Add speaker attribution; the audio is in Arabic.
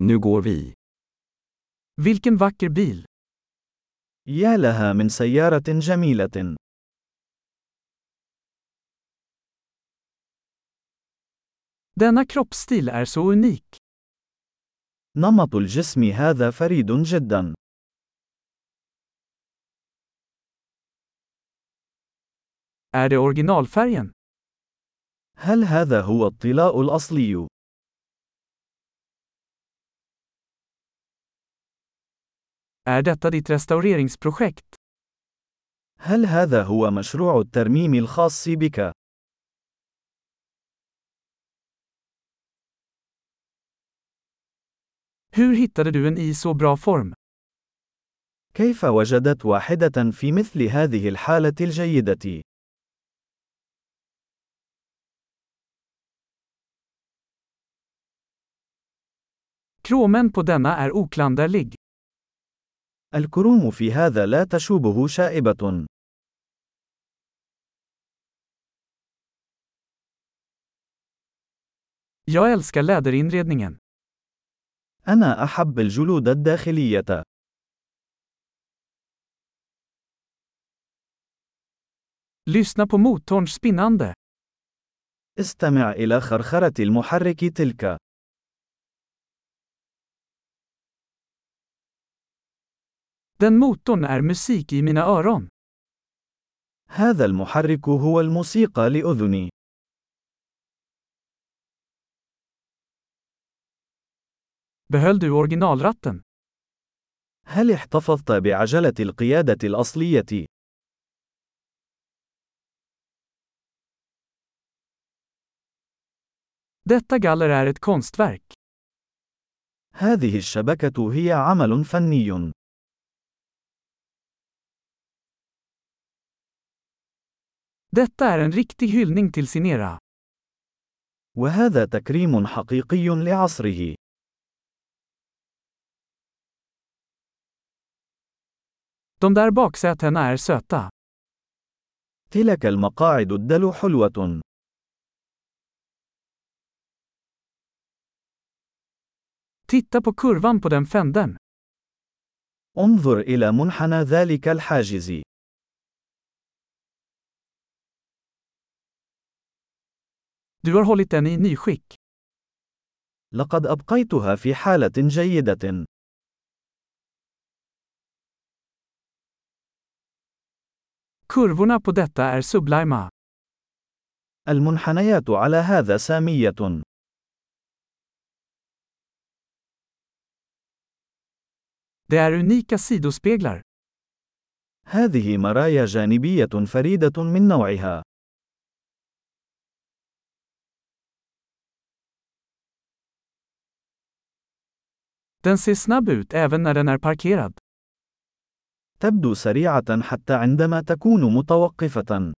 Speaker 1: Nu går vi.
Speaker 2: Vilken vacker bil!
Speaker 3: يا لها من سيارة جميلة.
Speaker 2: Denna kroppsstil är så unik.
Speaker 3: نمط الجسم هذا فريد جدا.
Speaker 2: Är det originalfärgen?
Speaker 3: هل هذا هو الطلاء الأصلي؟
Speaker 2: Är detta ditt restaureringsprojekt?
Speaker 3: هل هذا هو مشروع الترميم الخاص بك؟
Speaker 2: Hur hittade du en i så bra form?
Speaker 3: كيف وجدت واحدة في مثل هذه الحالة الجيدة؟
Speaker 2: Kromen på denna är oklanderlig.
Speaker 3: الكروم في هذا لا تشوبه شائبة.
Speaker 2: Jag älskar läderinredningen.
Speaker 3: أنا أحب الجلود الداخلية.
Speaker 2: Lyssna på motorns spinnande.
Speaker 3: استمع إلى خرخرة المحرك تلك.
Speaker 2: Den motorn är musik i mina öron.
Speaker 3: هذا المحرك هو الموسيقى لأذني.
Speaker 2: Behöll du originalratten?
Speaker 3: هل احتفظت بعجلة القيادة الأصلية؟
Speaker 2: Detta galler är ett konstverk.
Speaker 3: هذه الشبكة هي عمل فني.
Speaker 2: Detta är en riktig hyllning till sin era.
Speaker 3: وهذا تكريم حقيقي لعصره.
Speaker 2: De där baksätena är söta.
Speaker 3: تلك المقاعد الدلو حلوة.
Speaker 2: Titta på kurvan på den fänden.
Speaker 3: انظر إلى منحنى ذلك الحاجز.
Speaker 2: Du har hållit den i nyskick.
Speaker 3: لقد أبقيتها في حالة جيدة.
Speaker 2: Kurvorna på detta är sublima.
Speaker 3: المنحنيات على هذا سامية.
Speaker 2: Det är unika sidospeglar.
Speaker 3: هذه مرايا جانبية فريدة من نوعها.
Speaker 2: Den ser snabb ut även när den är parkerad.
Speaker 3: تبدو سريعة حتى عندما تكون متوقفة.